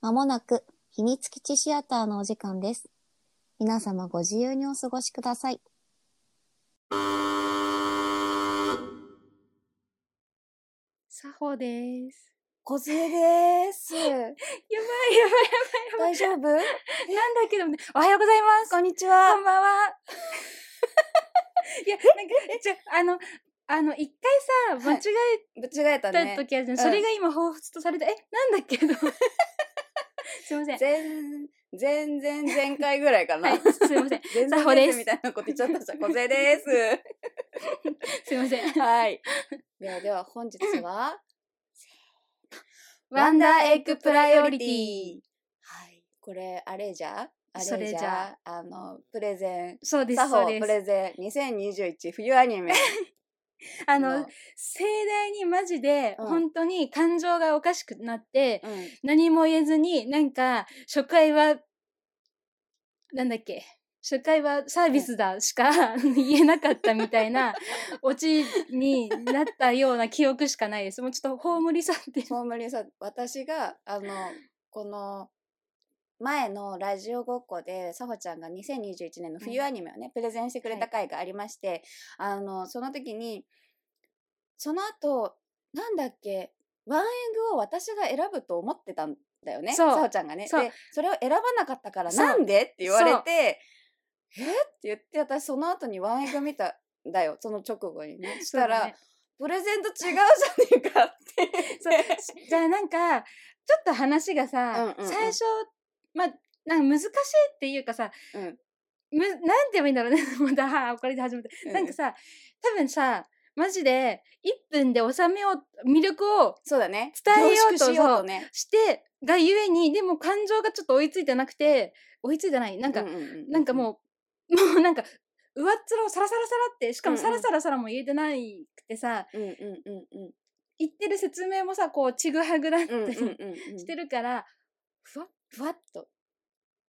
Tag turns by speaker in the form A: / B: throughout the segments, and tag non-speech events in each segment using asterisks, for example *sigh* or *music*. A: まもなく秘密基地シアターのお時間です。皆様ご自由にお過ごしください。
B: 作法です。
C: 小杖
A: *laughs*
C: です。
B: やばいやばいやばいやばい。
C: 大丈夫
B: なんだけどね。おはようございます。
C: こんにち
B: こ
C: は。
B: んばんは。 *laughs* いや、 *laughs* なんか、じゃあ、あの、あの、一回さ、間
C: はい
B: 違
C: ぶちがえた
B: えた
C: ね。
B: 時あるじゃん。それが今、彷彿とされた。え、なんだっけど。 *laughs* すいません。
C: 前、前前前回ぐらいかな。
B: はい、すいません。
C: 前
B: サホです
C: みたいなこと言っちゃったじゃん。小杖です。
B: すいません。
A: *laughs*
C: はい。ではでは本日は、
B: *laughs* ワンダーエッグプライオリティ。
C: はい。これ、あれじゃあれじ
B: そ
C: ゃ
B: れじゃ
C: あの、プレゼン。
B: そうです、
C: 作
B: そ
C: 法
B: うで
C: プ
B: す。
C: レゼン2021冬アニメ
B: あの、、盛大にマジで、
C: うん
B: 本当に感情がおかしくなって、
C: うん、
B: 何も言えずに、なんか、初回は、なんだっけ、初回はサービスだしか *laughs* 言えなかったみたいな、オチになったような記憶しかないです。もうちょっと葬り去って。
C: そう無理さ私があのこの前のラジオごっこでさほちゃんが2021年の冬アニメをね、プレゼンしてくれた回がありまして、あのその時にその後なんだっけワンエグを私が選ぶと思ってたんだよね
B: そう
C: さほちゃんがね。
B: そう
C: でそれを選ばなかったから
B: そう
C: なんでって言われて「えっ?」て言って私その後にワンエグ見たんだよその直後にね。したら、
B: そうだね
C: プレゼント違うじゃねえかって。
B: そうじゃあなんかちょっと話がさ、
C: うんうんうん
B: 最初まあなんか難しいっていうかさ、
C: うん
B: むなんて言えばいいんだろうね *laughs* またはあ怒られて始めた、なんかさ多分さマジで1分で収めよう魅力を
C: そうだね。
B: 伝えようと
C: 凝縮しようとね。
B: してがゆえにでも感情がちょっと追いついてなくて追いついてないなんか、
C: ううう
B: なんかもう *laughs* もうなんか上っ面をサラサラサラってしか
C: う
B: も
C: んうん
B: サラサラサラも言えてないくてさ、
C: うん、うんうんうんうん。
B: 言ってる説明もさこうちぐはぐだった
C: うんうん
B: り
C: うんうん。
B: してるから、ふわっ
C: ふわっと。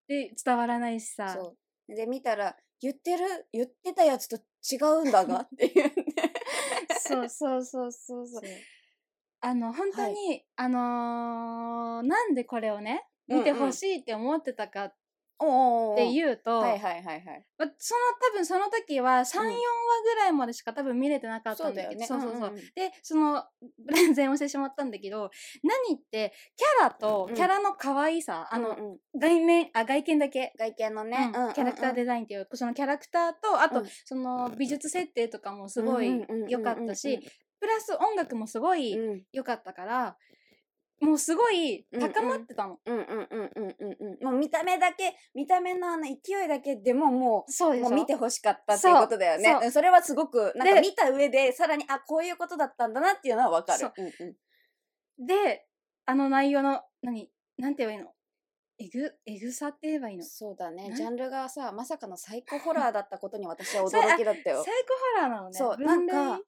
B: で伝わらないしさ
C: そう。で、見たら、言ってる、言ってたやつと違うんだがっていうね。
B: *laughs* そうそうそうそうそ
C: そう
B: うあの本当
C: は
B: に
C: い、
B: あのーなんでこれをね見てほしいって思ってたかっ
C: おーおーおー
B: ていうと、
C: はいはいはいはい。
B: まあその多分その時は34、
C: うん
B: 話ぐらいまでしか多分見れてなかった
C: そうん
B: だ
C: だよ
B: けど
C: ね。
B: そうそうそう、
C: んんん
B: でその *laughs* プレゼンをしてしまったんだけど何ってキャラと
C: うん
B: キャラの可愛さ、あの、
C: うんうん
B: 外面あ外見だけ
C: 外見のね、
B: うんキャラクター
C: で。
B: デザインっていうそのキャラクターとあと、
C: うん
B: その美術設定とかもすご
C: うん
B: い
C: うんうんうんうん
B: 良かったしプラス音楽もすご
C: う
B: い
C: ん
B: 良かったから、もうすごい高まってたの。
C: うんうんうんうんうんうん。もう見た目だけ、見た目のあの勢いだけでももう、
B: そうでし
C: も
B: ょ
C: う見てほしかったっていうことだよね。
B: そう
C: う
B: そ
C: んそれはすごく、なん
B: で
C: か見た上で、さらに、あ、こういうことだったんだなっていうのはわかる
B: そう。
C: うんうん
B: であの内容の何なんて言えばいいのえぐえぐさって言えばいいのサ
C: そうだね
B: な。ん
C: ジャンルがさ、まさかのサイコホラーだったことに私は驚きだった
B: イコ
C: よ
B: ホ。ラーなのね
C: そう、な
B: 分
C: ん
B: 類
C: か、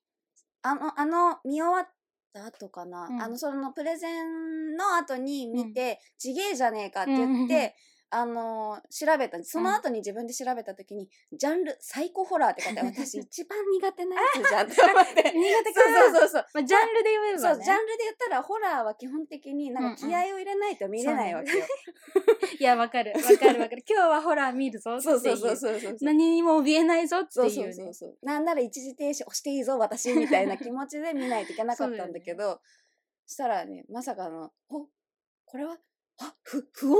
C: あの、あの、見終わった後かな。
B: うん
C: あの、そのプレゼンの後に見て、ちげえじゃねえかって言っ
B: うんうんうん
C: て、あの調べたその後に自分で調べた時に、ジャンルサイコホラーって書いてあ *laughs* る私一番苦手なやつじゃんって思って
B: 新潟
C: そ
B: か
C: うそうそうそう
B: まあ、ジャンルで言えばね、
C: そう、ジャンルで言ったらホラーは基本的になんか
B: うん
C: 気
B: うん
C: 合を入れないと見れないわけよ。
B: いやわかるわかるわかる今日はホラー見るぞっていう
C: *laughs* そうそうそうそうそう。
B: 何にも怯えないぞって
C: そう
B: い
C: そううそ
B: ね
C: うそう。なんなら一時停止押していいぞ私みたいな気持ちで見ないといけなかったんだけど、したらねまさかの「おこれはあ不不穏な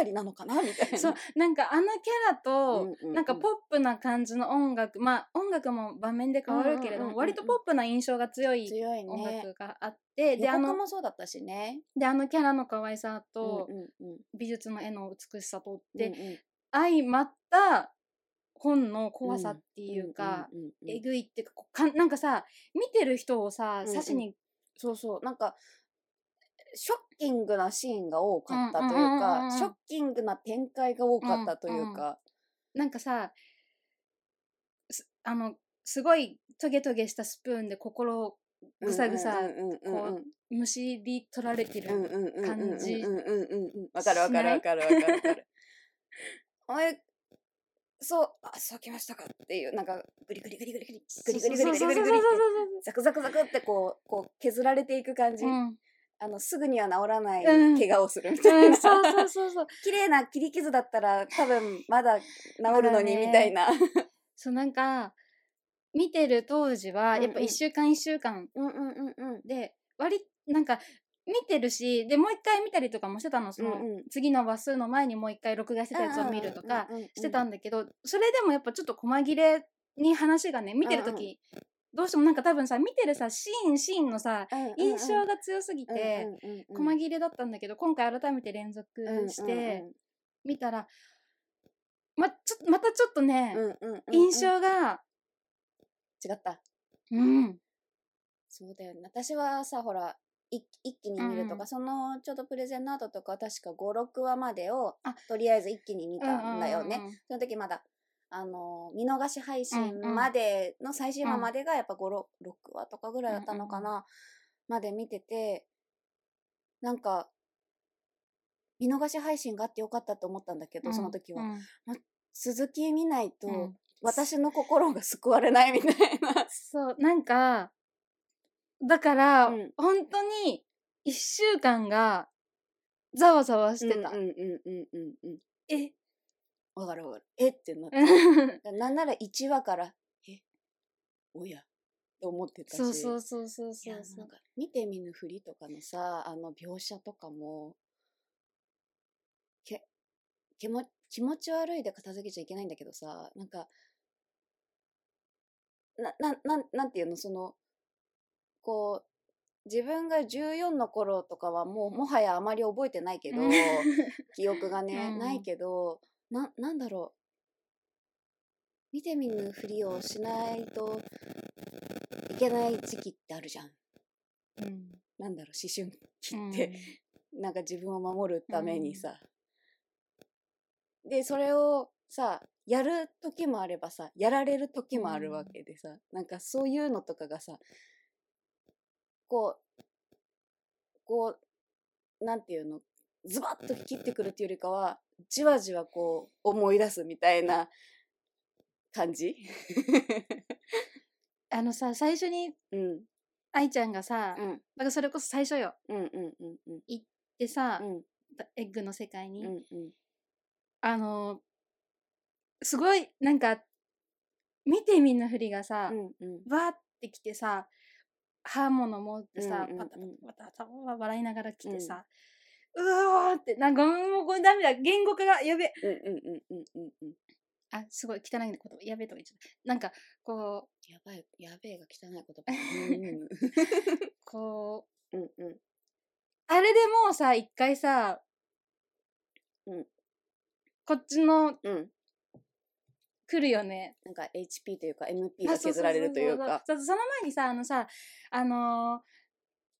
C: 物語なのかな」みたいな。
B: そうなんかあのキャラと、
C: うんうんうん
B: なんかポップな感じの音楽まあ音楽も場面で変わるけれども、
C: うんうんうんうん
B: 割とポップな印象が強い
C: 強い
B: 音
C: ね。
B: 楽があって、で
C: 予
B: あ
C: 告
B: の
C: もそうだったしね。
B: であのキャラの可愛さと、
C: うんうんうん
B: 美術の絵の美しさとって、
C: うんうん
B: 相まった本の怖さっていうか、
C: うんうんうんうん
B: えぐいっていうかこうかんなんかさ見てる人をさ
C: うんうん
B: 刺しに
C: そうそうなんかショッキングなシーンが多かったという
B: うんうんうんうんうん
C: かショッキングな展開が多かったというか、
B: なんかさすあのすごいトゲトゲしたスプーンで心をぐさぐさ
C: うんうんうんうんうん
B: むしり取られてる、
C: うんうんうんうん
B: 感じ
C: うんうんうんうんわかるわか
B: し
C: る
B: ない
C: わかるわかるわかるあれそうあそうきましたかっていうなんかグリグリグリグリグリグリグリグリグリグリ
B: そうそうそうそうそうそう
C: ザクザクザクってこうこう削られていく感じ、
B: うん
C: あのすぐには治らない
B: うん
C: 怪我をするみたい
B: うん
C: な、
B: そうそうそうそう。
C: 綺麗な切り傷だったら多分まだ治るのに
B: まだね
C: みたいな。
B: そうなんか見てる当時はやっ
C: うん
B: ぱ
C: うん
B: 1週間1週間
C: うんうんうんうん。
B: で割りなんか見てるしでもう一回見たりとかもしてたのその、
C: うんうん
B: 次の話数の前にもう一回録画してたやつを見るとか
C: うんうんうんうん
B: してたんだけどそれでもやっぱちょっと細切れに話がね見てる時どうしてもなんか多分さ見てるさシーンシーンのさ
C: うんうんうん
B: 印象が強すぎて
C: うんうんうんうん
B: 細切れだったんだけど今回改めて連続して見たらまちょまたちょっとね
C: うんうんうんうんうん
B: 印象が
C: 違った
B: うん
C: そうだよね私はさほら一一気に見るとか、
B: うん
C: そのちょうどプレゼンの後とかは確か56話までを
B: あ
C: とりあえず一気に見たんだよね、
B: うんうんうんうん
C: その時まだあの見逃し配
B: う
C: 信
B: んうん
C: までの最新話
B: うん
C: までがやっぱ56話とかぐらいだったのかな、
B: うん
C: まで見ててなんか見逃し配信があってよかったと思ったんだけど、その時は、
B: うんうん
C: 鈴木見ないと、
B: うん
C: 私の心が救われないみたいな
B: そうなんかだから、
C: うん
B: 本当に1週間がざわざわしてた、
C: うんうんうんうんうん
B: え
C: わかるわかる。えってなって。
B: *laughs*
C: なんなら1話から、えおやって思ってたし。
B: そうそうそうそう
C: い
B: そ
C: や
B: うそ
C: な
B: うん
C: か見て見ぬふりとかのさ、あの描写とかも、け、気も気持ち悪いで片付けちゃいけないんだけどさ、なんか、な、な、なん、なんていうの、その、こう、自分が14の頃とかはもうもはやあまり覚えてないけど、
B: *laughs*
C: 記憶がね、
B: うん
C: ないけどななんだろう見て見ぬふりをしないといけない時期ってあるじゃん
B: うん
C: なんだろう思春 *laughs* 期
B: うん
C: って、なんか自分を守るためにさ、でそれをさやる時もあればさやられる時もあるわけでさ、なんかそういうのとかがさこうこうなんていうのズバッと切ってくるっていうよりかはじわじわこう思い出すみたいな感じ *laughs*
B: あのさ最初に
C: うんうん
B: 愛ちゃんがさ、
C: うん
B: なんかそれこそ最初よ
C: うんうんうんうん
B: でさ、
C: うん
B: エッグの世界に、
C: うんうん
B: あのすごいなんか見てみんなふりがさ、
C: うんうん
B: わーってきてさ刃物持ってさ、
C: うんうんうん
B: パタパタパタパタ笑いながら来てさ、うわーってなんかもうこれダメだ言語化がやべえ
C: うんうんうんうんうんうん
B: あすごい汚い言葉やべえとか言っちゃったなんかこ
C: やばい、やべえが汚いことばっかり。う
B: うこうん
C: *laughs* うんうん。
B: あれでもうさ一回さ、
C: うん
B: こっちの
C: うん。
B: 来るよね
C: なんか HP というか MP
B: あ
C: が削られるというか。
B: そうそうそうそうその前にさあのさあのー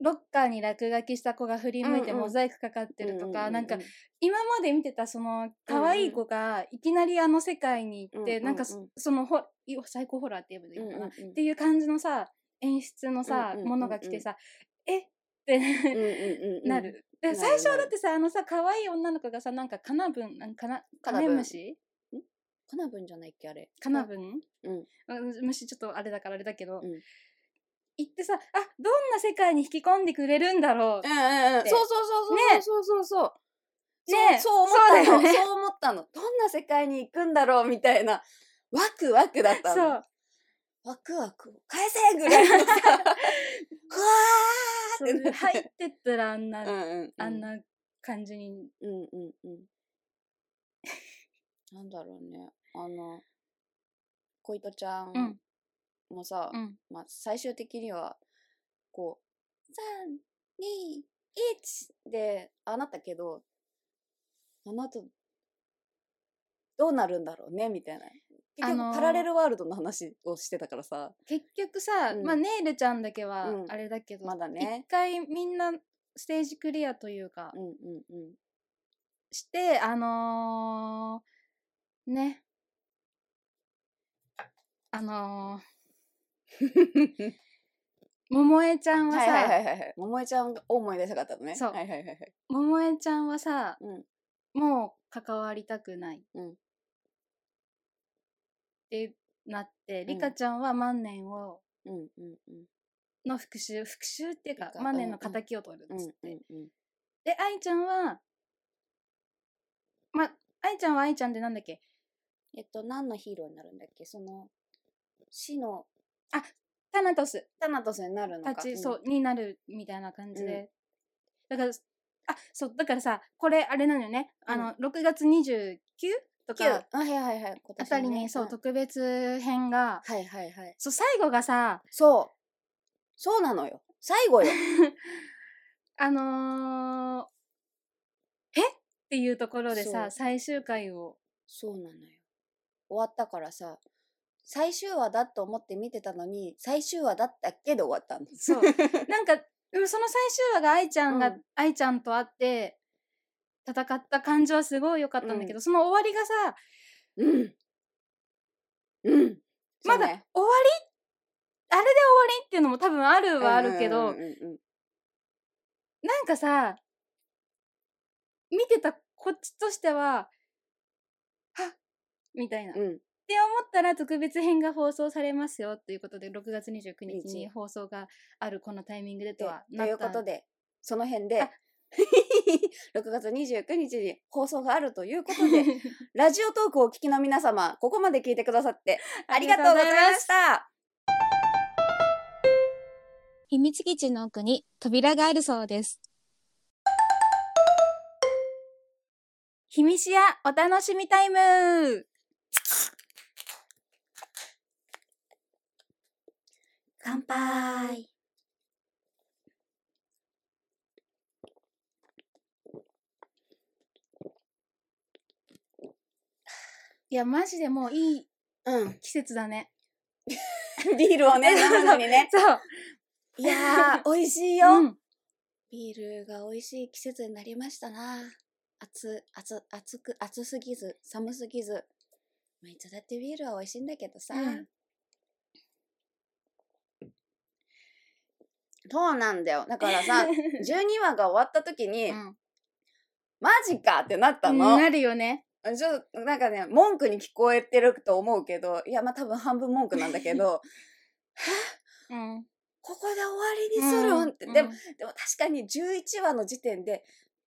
B: ロッカーに落書きした子が振り向いて
C: うんうん
B: モザイクかかってるとか、
C: ううう
B: なんか今まで見てたその可愛い子がいきなりあの世界に行っ
C: う
B: て、
C: んうん
B: なんか
C: う
B: そ
C: ん
B: そのほい最高ホラーって言えばいいのかな、っ
C: うん
B: ていう感じのさ演出の
C: うんうん
B: さ、
C: うんうん
B: ものが来てさえって
C: うんうんうんうん
B: な。る。
C: なる
B: で最初はだってさあのさ可愛い女の子がさなんかカナブンなんかなカ
C: カナ
B: ナ
C: ブン
B: ムシ
C: カナブンじゃないっけあれ。
B: カナブン
C: うん
B: うん虫ちょっとあれだからあれだけど、
C: うん
B: 行ってさあどんな世界に引き込んでくれるんだろ
C: う
B: う
C: んうんうん。
B: で
C: そうそうそうそうそうそうそうそう。
B: ねえ
C: そうそう思
B: そう
C: った
B: だ
C: の。
B: よね
C: そう思ったの。どんな世界に行くんだろうみたいな。ワクワクだった
B: そ
C: の
B: う。
C: ワクワクを返せぐらいの
B: *laughs*
C: さ。
B: そ
C: ってな
B: う入ってったらあんな、
C: うわーうんうんうん。
B: あんな感じに
C: うんうんうん。 *laughs* なんだろうね。あの、小糸ちゃ
B: うん
C: んもさ、
B: うん
C: まあ、最終的には、こう、三二一で、ああなったけど、あなた、どうなるんだろうねみたいな。結
B: あの
C: 局、
B: ー
C: パラレルワールドの話をしてたからさ、
B: 結局さ、
C: うん
B: まあネイルちゃんだけは
C: うん
B: あれだけど、
C: まだね
B: 一。回みんなステージクリアというか、
C: うんうんうん。
B: してあのー、ねあのー、 *laughs* 桃江ちゃんは
C: は
B: さ、
C: いはいはいはいはい。桃江ちゃんを思い出したかったのね。
B: そう
C: はいはいはいはい。
B: 桃江ちゃんはさ、
C: うん
B: もう関わりたくない、
C: うん
B: ってなって
C: ん
B: リカちゃんは万年を
C: うんうんうん。
B: の復讐復讐っていうか
C: てか
B: マネ
C: う
B: の
C: んうん
B: 敵を取るっつって、
C: うん
B: で愛ちゃんはま愛ちゃんは愛ちゃんでなんだっけ
C: えっと何のヒーローになるんだっけその死の
B: タナトス
C: タナトスになるのか
B: たち、
C: ん
B: そうになるみたいな感じで、だからあそうだからさこれあれなのよね、あの6月29と
C: 九
B: か
C: あはいはいはい今
B: あ
C: 年
B: た
C: のね
B: りに、そう、
C: ん
B: 特別編が
C: はいはいはい
B: そう最後がさ
C: そうそうなのよ最後
B: *laughs*
C: よ
B: あのー、えっていうところで
C: そう
B: さ最終回を
C: そうなのよ終わったからさ最終話だと思って見てたのに最終話だったけど終わったんです
B: そう
C: *laughs*
B: なんかでもその最終話が愛ちゃんが、
C: うん
B: 愛ちゃんと会って戦った感じはすごい良かったんだけど、その終わりがさ
C: うんうん
B: まだ
C: そう
B: 終わ
C: ね
B: りあれで終わりっていうのも多分あるはあるけど、
C: うんうんうんうん
B: なんかさ見てたこっちとしてははっみたいな、
C: う
B: っ
C: んうん
B: て思ったら特別編が放送されますよということで6月29日に
C: 日
B: 放送があるこのタイミングでと
C: と
B: は
C: と
B: な
C: いう
B: っ
C: こ
B: た *laughs*
C: とでその辺で *laughs*
B: あ
C: 6月29日に放送があるということで
B: *laughs*
C: ラジオトークをお聞きの皆様ここまで聞いてくださって *laughs*
B: *laughs*
C: ありがとうございました
A: 秘密基地の奥に扉があるそうです。
B: ひみしやお楽しみタイム
C: 乾杯
B: いやマジでもういい
C: うん
B: 季節だね。
C: ビールをね飲むのにね
B: *laughs* そう。
C: いや
B: *laughs*
C: ー美味しいよ、
B: うん、
C: ビールが美味しい季節になりましたな暑暑暑く暑すぎず寒すぎずまあいつだってビールは美味しいんだけどさ、
B: うん
C: そうなんだよだから
B: *laughs*
C: さ12話が終わった時に、
B: うん
C: マジかってなったの、
B: なるよね。
C: ちょっとなんかね文句に聞こえてると思うけどいやまあ多分半分文句なんだけ
B: *laughs*
C: ど
B: うん。
C: ここで終わりにするんって、
B: うん
C: で
B: う
C: も
B: ん
C: でも確かに11話の時点で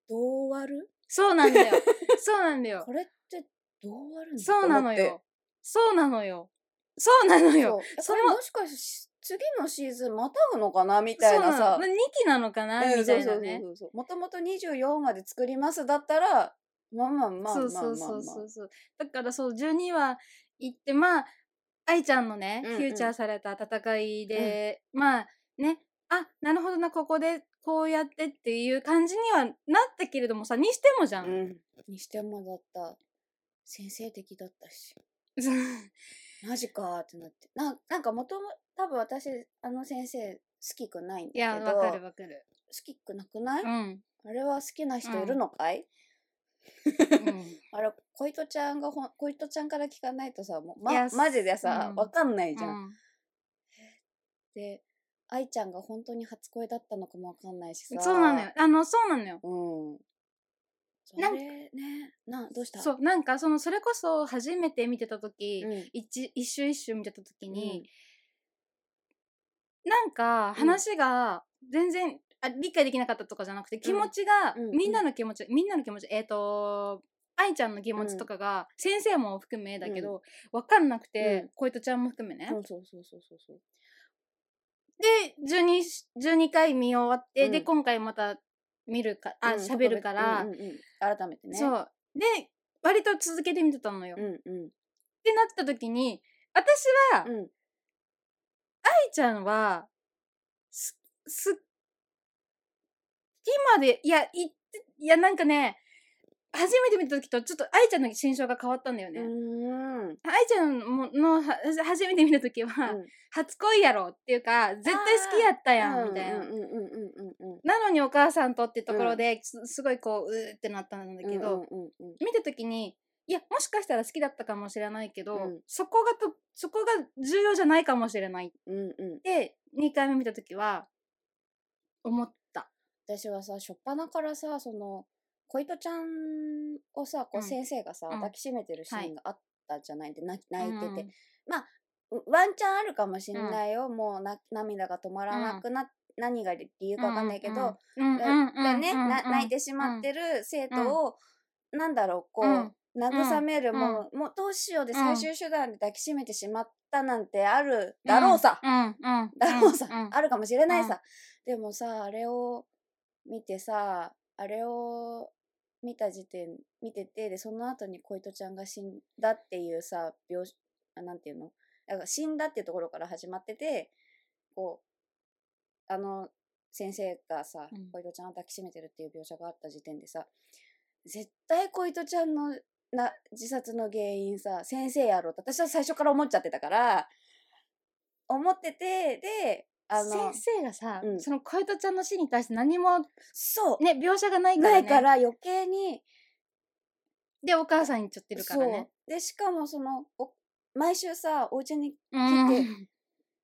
C: どう終わる
B: そうなん
C: *laughs*
B: だよ。そうなんだよ
C: こ。れってどう終わるの
B: そう
C: と
B: なの
C: 思っ
B: よ。そうなのよ。そうなの
C: てそ
B: よ
C: う。え
B: そ
C: これ
B: の
C: もしかして次のシーズンまたぐのかなみた
B: そ
C: いうな
B: な
C: さ
B: の。2期なのかな、
C: うん
B: みたいなね
C: そ。うそうそうそうもともと24話で作りますだったらまあまあまあまあまあまあ
B: そうそうそうそうそう。だからそう12話行ってまあ愛ちゃんのね、
C: うんうん
B: フューチャーされた戦いで、まあねあなるほどなここでこうやってっていう感じにはなったけれどもさにしてもじゃん。
C: うんにしてもだった先生的だったしマジかーってなってななんかもとも多分私あの先生好きくないんだ
B: い
C: け
B: や
C: ど
B: わかる
C: 好
B: わかる。
C: きくなくない、 *laughs*
B: うん。
C: あれは好きな人いるのかい、
B: うん
C: あれ、小糸ちゃんがほん、小糸ちゃんから聞かないとさ、もう、
B: い
C: ま
B: や、
C: マジでさ、
B: うん
C: わかんないじゃん。
B: うん
C: で、愛ちゃんが本当に初恋だったのかもわかんないしさ。
B: そうなのよ。あのそうなのよ。
C: うん。そ
B: な
C: れ
B: ん
C: ね、な、どうした
B: そうなんかそのそれこそ初めて見てた時、
C: うん。
B: 一一周一周見てた時に、
C: うん
B: なんか
C: ん
B: 話が全然、あ理解できなかったとかじゃなくて気持ちが、
C: うんうん
B: みんなの気持ちみんなの気持ちえっ、と愛ちゃんの気持ちとかが、先生も含めだけど、分かんなくて、
C: うん
B: こいとちゃんも含めね、
C: そうそうそうそうそうそう。
B: で 12, し12回見終わって、
C: うん
B: で今回また見るかあ
C: うん
B: 喋、るから、
C: うんうんうん改めてね。
B: そうで割と続けて見てたのよ、
C: う
B: っ
C: んうん。
B: てなった時に私は、
C: うん。
B: 愛ちゃんは、す、す、今で、いや、いって、いや、なんかね、初めて見た時と、ちょっと愛ちゃんの心象が変わったんだよ
C: う
B: ね。
C: ーん。
B: 愛ちゃんもの、は初めて見た時は、
C: うん
B: 初恋やろっていうか、絶対好きやったやん、みたいな。
C: うんうんうんうんうんうん。
B: なのにお母さんとってところで、すすごいこう、うーってなったんだけど、
C: うんうんうんうん。
B: 見た時に、いや、もしかしたら好きだったかもしれないけど、
C: うん
B: そこがと、そこが重要じゃないかもしれない
C: うんうん。
B: で2回目見た時は思った
C: 私はさ初っ端からさその小糸ちゃんをさこ
B: うん
C: う先生がさ、
B: うん
C: 抱きしめてるシーンがあったじゃないで、な泣いてて、
B: うん
C: まあワンチャンあるかもしんないよ、もうな涙が止まらなくな、何が理由かわかんないけど、
B: うん
C: だ
B: うんうん
C: だね、な
B: うんうん
C: 泣いてしまってる生徒を、なんだろうこう、
B: うん
C: 慰める、
B: うん
C: もうもうどうしようで最終手段で抱きしめてしまったなんてあるだろうさ、
B: うんうん
C: だろうさ、
B: ん
C: あるかもしれないさ、でもさあれを見てさあれを見た時点見ててでその後に小糸ちゃんが死んだっていうさ病あなんていうのだから死んだっていうところから始まっててこうあの先生がさ
B: うん
C: 小糸ちゃんを抱きしめてるっていう描写があった時点でさ絶対小糸ちゃんのな自殺の原因さ先生やろうと私は最初から思っちゃってたから思っててであの
B: 先生がさ、
C: うん
B: その小糸ちゃんの死に対して何も
C: そう
B: ね描写がないから、
C: な
B: ね、
C: いから余計に
B: でお母さんに言っちゃってるからね
C: そうでしかもそのお毎週さお家に
B: う
C: 聞いて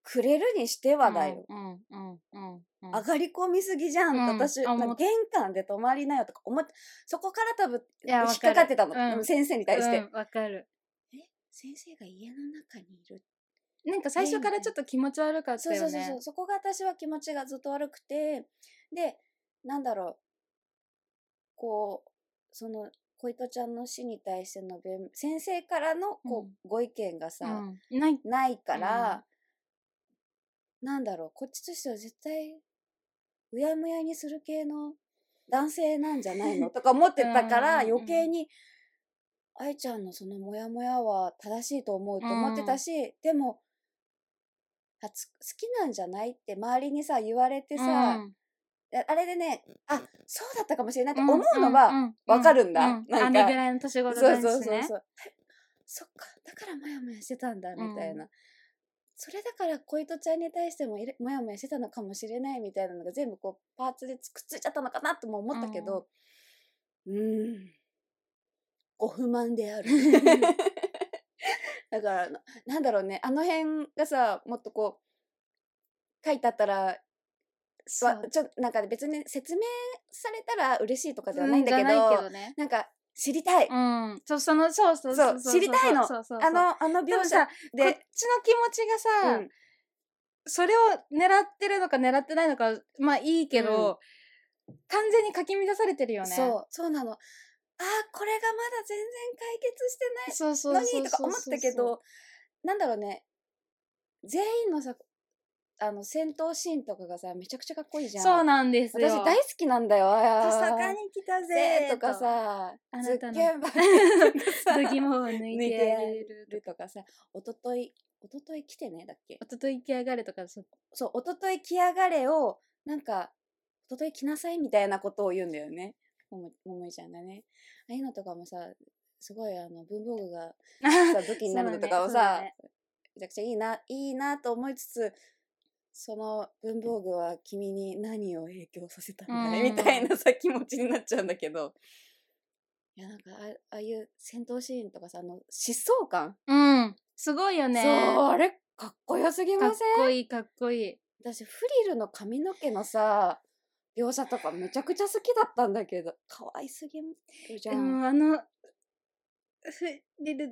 C: くれるにしてはだよ、
B: うんうんうんうん
C: 上がり込みすぎじゃん、
B: うん
C: 私
B: あ
C: なんか
B: 思っ
C: 玄関で泊まりなよとか思ってそこから多分
B: いや
C: 引っかかってたの、
B: わかるうん
C: 先生に対して、
B: うんわかる
C: 先生が家の中にいる
B: なんか最初からちょっと気持ち悪かった
C: そう
B: よ
C: そ
B: ね
C: うそうそうそこが私は気持ちがずっと悪くてでなんだろうこうその小糸ちゃんの死に対しての弁先生からのこう、
B: うん
C: ご意見がさ、
B: うんない
C: ないから、なんだろうこっちとしては絶対うやむやにする系の男性なんじゃないのとか思ってたから
B: うんうんうん
C: 余計に愛ちゃんのそのモヤモヤは正しいと思うと思ってたし、でもあつ好きなんじゃないって周りにさ言われてさ、
B: う
C: ああれでねあそうだったかもしれないって
B: ん
C: 思うのはわかるんだ
B: うう
C: なんか
B: あれぐらいの年
C: そ
B: 頃
C: う
B: だしね
C: そうそうそう。そっか、だからモヤモヤしてたんだ、みたいな。それだから、小糸ちゃんに対してもいれモヤモヤしてたのかもしれないみたいなのが全部こう、パーツでつくっついちゃったのかなとも思ったけど、うーん。ご不満である。 *laughs* だから、ななんだろうね、あの辺がさ、もっとこう、書いてあったら、
B: そう
C: わちょなんか別に説明されたら嬉しいとかでは
B: う
C: ないんだけど、
B: じゃないけどね
C: なんか知りたい、
B: うんそうそのそうそう
C: そう知りたいの
B: そうそうそう
C: あのあの
B: で
C: 描
B: も
C: 写
B: さこっちの
C: で、
B: 気持ちがさ、
C: うん
B: それを狙ってるのか狙ってないのかまあいいけど、完全にかき乱されてるよね
C: そうそうなのあーこれがまだ全然解決してない
B: そうそう
C: の
B: そう
C: にとか思ったけどなんだろうね全員のさあの戦闘シーンとかがさめちゃくちゃかっこいいじゃん
B: そうなんですよ
C: 私大好きなんだよあー
B: 来た
C: ぜーとかさ
B: あ
C: ズ
B: な
C: ッ
B: たの
C: ケンバー
B: *laughs* 度
C: グ
B: 肝を抜い
C: *laughs*
B: てやれる
C: とかさおとといおととい来てねだっけ
B: おとといきやがれとか
C: *laughs*
B: そう
C: そうおととい来やがれをなんかおととい来なさいみたいなことを言うんだよねももももいちゃんがねああいうのとかもさすごいあの文房具が
B: *laughs*
C: さ武器になるのとかを
B: そうだ
C: さ、
B: ね
C: めちゃくちゃいいないいなと思いつつその文房具は君に何を影響させたんだい
B: うん
C: みたいなさ気持ちになっちゃうんだけどいやなんかあああいう戦闘シーンとかさあの疾走感、
B: そうだねうんすごいよね
C: そうあれかっこよすぎ
B: か
C: ま
B: っ
C: せん
B: こいいかっこいい
C: 私フリルの髪の毛のさ描写とかめちゃくちゃ好きだったんだけど可愛すぎるじゃ
B: で
C: ん。
B: もあのフリル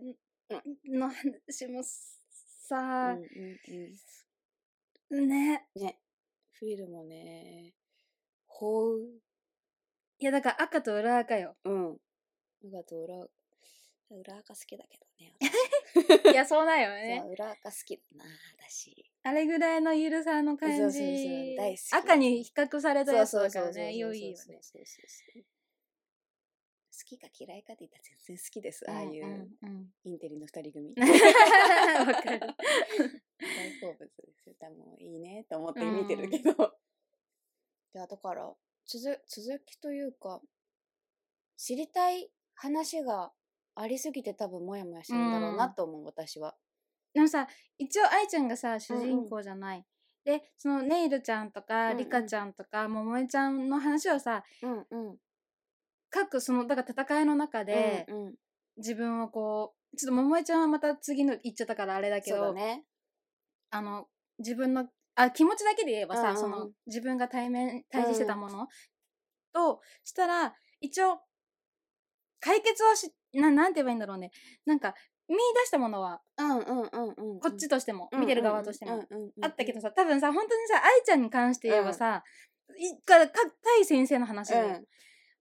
B: の話もさ、
C: うんうん
B: ね
C: うんねフリルもねほう
B: いやだから赤と裏赤よ
C: うん裏と裏裏垢好きだけどね
B: いやそうだよ
C: 私
B: *laughs* ね
C: そう裏垢好きだな私
B: あれぐらいのゆるさの感じ
C: そうそうそう大好き
B: 赤に比較されたやつだからね
C: そうそうそう
B: 良
C: そう
B: いよね
C: そうそうそう好きか嫌いかで言ったら全然好きです、ああいうん
B: ん
C: インテリの二人 *laughs* 組
B: わかる
C: 大好物ですよ。でもいいねと思って見てるけど。いや、だから、続、続きというか、知りたい話がありすぎて多分モヤモヤしてるんだろうなと思う、私は。
B: でもさ一応愛ちゃんがさ主
C: うんうん
B: 人公じゃない、でそのネイルちゃんとか、
C: うんうん
B: リカちゃんとかももえちゃんの話をさ
C: うんうん。
B: 各そのだから戦いの中で、
C: うんうん、
B: 自分をこうちょっとももえちゃんはまた次の行っちゃったからあれだけ
C: そうだ
B: ど、
C: ね。
B: あの自分のあ気持ちだけで言えばさ、
C: うんうん
B: そ
C: うん
B: の自分が対面対峙してたもの、としたら一応解決をしななんて言えばいいんだろうねなんか見出したものは
C: うんうんうんうん
B: こっちとしても、見てる側としても、あったけど
C: さ
B: さ多分さ本当にさ愛ちゃんに関して言えばさ、いかかい先生の話で、
C: うん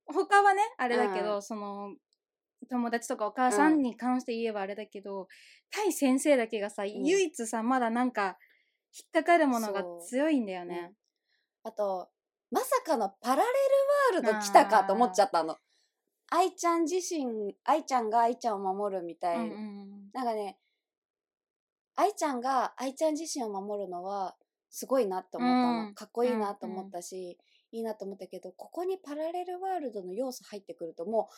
B: 他はねあれだけど、
C: う
B: その友達とかお母さんに関して言えばあれだけど、タイ先生だけがさ、唯一さまだなんか引っかかるものが
C: そう
B: 強いんだよね。
C: あとまさかのパラレルワールド来たかと思っちゃったの愛ちゃん自身愛ちゃんが愛ちゃんを守るみたいな、
B: うんうん
C: なんかね愛ちゃんが愛ちゃん自身を守るのはすごいなって思ったの、
B: うん
C: かっこいいなと思ったし、いいなと思ったけどここにパラレルワールドの要素入ってくるともう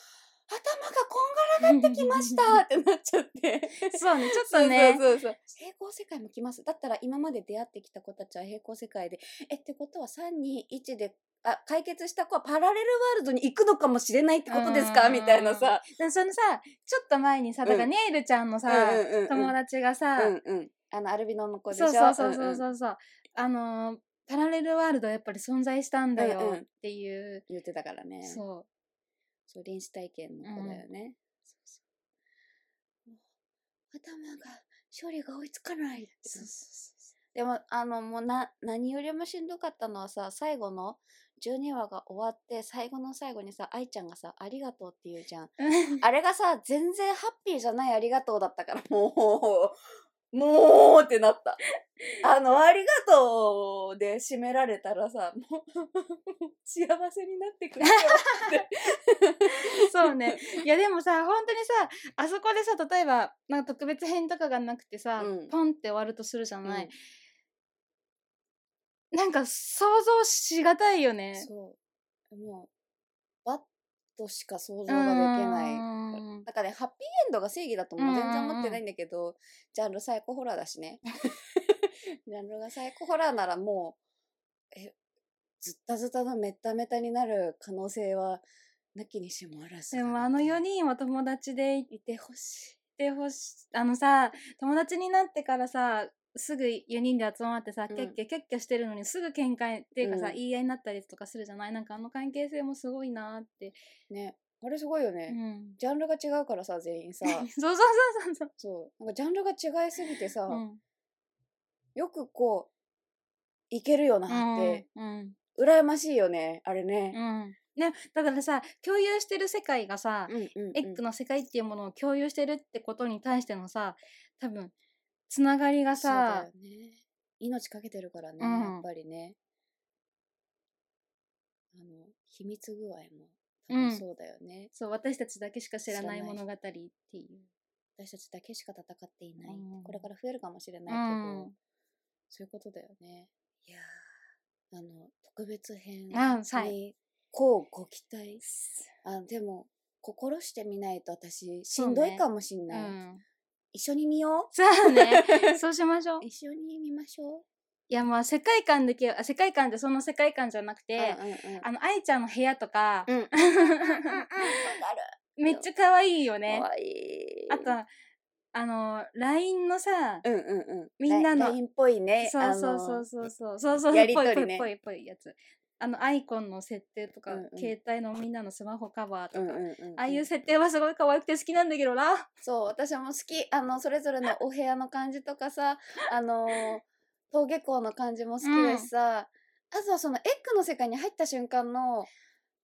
C: 頭がこんがらがってきましたってなっちゃって
B: *laughs* そうねちょっとね
C: そうそうそう平行世界も来ますだったら今まで出会ってきた子たちは平行世界でえってことは321であ解決した子はパラレルワールドに行くのかもしれないってことですか
B: うんうんうん
C: みたいなさ、
B: でそのさちょっと前にさだから
C: うん
B: ネイルちゃんのさ、
C: うんうんうんうん
B: 友達がさ、
C: うんうん、あのアルビノの子でし
B: そ
C: ょ
B: うそうそうそ
C: ん
B: うんそうそう、あのーパラレルワールドはやっぱり存在したんだ
C: うんう
B: よ
C: ん
B: っていう、
C: 言ってたからねそう
B: そ
C: 臨死体験の子だよね、そうそうもう頭が勝利が追いつかないって
B: そうそう
C: でもあのもうな何よりもしんどかったのはさ最後の12話が終わって最後の最後にさ愛ちゃんがさ「ありがとう」って言うじゃん
B: ううん
C: あれがさ全然ハッピーじゃない「ありがとう」だったからもうもうってなったあの「ありがとう」で締められたらさもう *laughs* 幸せになってくれよって
B: そうねいやでもさ本当にさあそこでさ例えばなんか特別編とかがなくてさ、
C: うん
B: ポンって終わるとするじゃない、
C: *laughs* うん
B: なんか想像しがたいよね
C: そうもうバッとしか想像ができないう
B: ーん
C: なんかね、ハッピーエンドが正義だとも全然思ってないんだけど、ジャンルサイコホラーだしね。 *laughs* ジャンルがサイコホラーならもう、え、ずったずたのメッタメタになる可能性は、なきにしもあらずだ
B: で
C: な。
B: もあの4人は友達でいてほしい。でほしあのさ友達になってからさすぐ4人で集まってさ、
C: うん
B: キャッキャキャッキャしてるのにすぐ喧嘩っていうかさ、
C: うん
B: 言い合いになったりとかするじゃないなんかあの関係性もすごいなって、
C: ね、あれすごいよね。
B: うん、
C: ジャンルが違うからさ、全員
B: *laughs*
C: さ。
B: そうそうそうそう
C: そう。なんかジャンルが違いすぎてさ、
B: そう、うん
C: よくこう、いけるよなって、
B: うん
C: 羨ましいよね、あれ
B: う
C: ね。
B: んうんね、だからさ共有してる世界がさ、
C: うんうんうん
B: エッグの世界っていうものを共有してるってことに対してのさ多分つながりが
C: そうだ
B: さ
C: よね、命かけてるからね、
B: うん
C: やっぱりねあの秘密具合も多
B: う
C: 分
B: ん
C: そうだよね、
B: そう私たちだけしか知らな
C: 知
B: い
C: らない
B: 物語っていう。
C: 私たちだけしか戦っていない、
B: うん
C: これから増えるかもしれないけど、
B: うん
C: そういうことだよねいやーあの特別編
B: あはい
C: にこうご期待あでも心してみないと私しんど
B: そう
C: い
B: ね
C: かもしん
B: う
C: ない、
B: ん、 *laughs*
C: 一緒に見よ
B: そうねそうしましょ
C: *laughs* う
B: う
C: 一緒に見ましょう
B: いやまあ世界観だけあ世界観ってその世界観じゃなくて、
C: うんうんうん
B: あの愛ちゃんの部屋とか、 *laughs*
C: うん
B: めっちゃ可愛いよね
C: 可愛い
B: あとあの LINE のさ、
C: うんうんうん。
B: みんなの
C: ラインっぽいね。
B: そうそうそうそうそうそうそう
C: やりとり
B: ぽい
C: ね
B: ぽいぽいぽいやつあのアイコンの設定とか、
C: うんうん
B: 携帯のみんなのスマホカバー
C: あ
B: と
C: の
B: か、
C: うんうんうん、
B: ああいう設定はすごい可愛くて好きなんだけどな
C: そう私も好きあのそれぞれのお部屋の感じとかさあのー登下校の感じも好きだしさ、あとはそのエッグの世界に入った瞬間の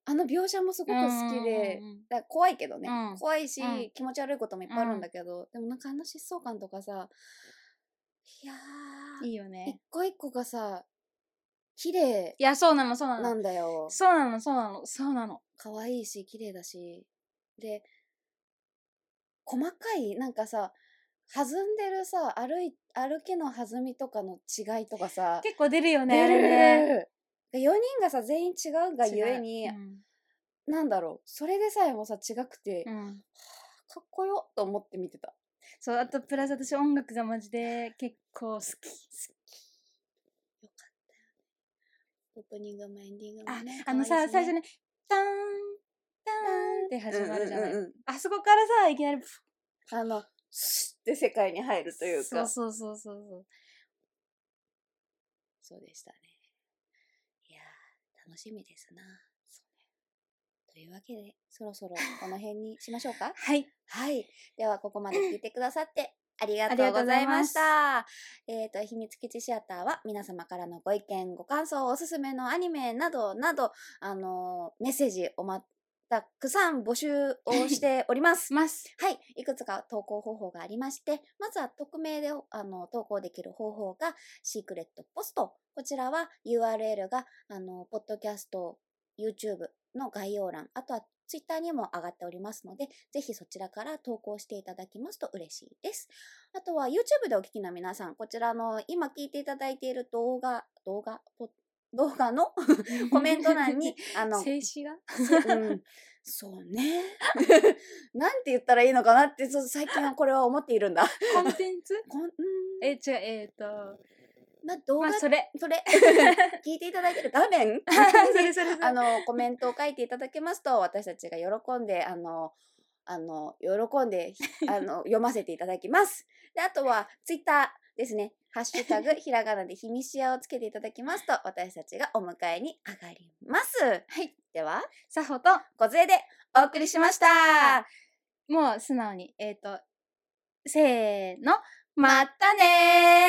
C: あの描写もすごく好きで、
B: うんうんうん
C: だから怖いけどね、
B: うん
C: 怖いし、
B: うん
C: 気持ち悪いこともいっぱいあるんだけど、でもなんかあの疾走感とかさいや
B: うん
C: ー
B: いいよね
C: 一個一個がさ綺麗
B: いやそうなのそうな
C: な
B: の
C: んだよ。
B: そうなのそうなのそうなの
C: 可愛いし綺麗だしで細かいなんかさ弾んでるさ歩い歩きの弾みとかの違いとかさ
B: 結構出るよね
C: 出
B: あれね
C: る4人がさ全員違うが
B: 違う
C: ゆえに、
B: うん
C: なんだろうそれでさえもさ違くて、か
B: うん
C: っこよと思って見てた
B: そうあとプラス私音楽がマジで結構好き
C: オープニングもエンディング
B: あ
C: もね
B: あのさ最初
C: に
B: に「ターンターン」って始まるじゃない、
C: うんうんうんうん
B: あそこからさいきなりプ
C: あのスッて世界に入るというか
B: そうそうそうそうそう。
C: そうでしたね。いやー、楽しみですな。というわけで、そろそろこの辺にしましょうか
B: はい。
C: *laughs* はい。では、ここまで聞いてくださって、ありがとうございました。えっ、と、秘密基地シアターは皆様からのご意見、ご感想、おすすめのアニメなどなど、あのーメッセージおま、たくさん募集をしております
B: し。ます。 *laughs*
C: はい、いくつか投稿方法がありまして、まずは匿名であの投稿できる方法がシークレットポスト。こちらは URL があのポッドキャスト、YouTube の概要欄、あとは Twitter にも上がっておりますので、ぜひそちらから投稿していただきますと嬉しいです。あとは YouTube でお聞きの皆さん、こちらの今聞いていただいている動画、動画、ポ動画のコメント欄
B: *laughs*
C: に、あの、
B: 静止画
C: うん、そう *laughs* ね。なんて言ったらいいのかなって、そう最近はこれは思っているんだ。 *laughs*
B: コンテン *laughs* ツ
C: こんうん
B: え、違う、えっ、と、
C: まあ、動
B: ま
C: 画、そ
B: あ、そ *laughs* れ。
C: れ、 *laughs* 聞いていただいてる画面
B: それそれそれ
C: あの、コメントを書いていただけますと、私たちが喜んで、あの、あの、喜んで、あ *laughs* の、読ませていただきます。で、あとは、ツイッターですね。ハッシュタ *laughs* グ、ひらがなでひみしやをつけていただきますと、私たちがお迎えに上がります。はい。では、
B: さほと、
C: ご杖でお送りしました。
B: もう素直に、えっ、と、せーの、まったねー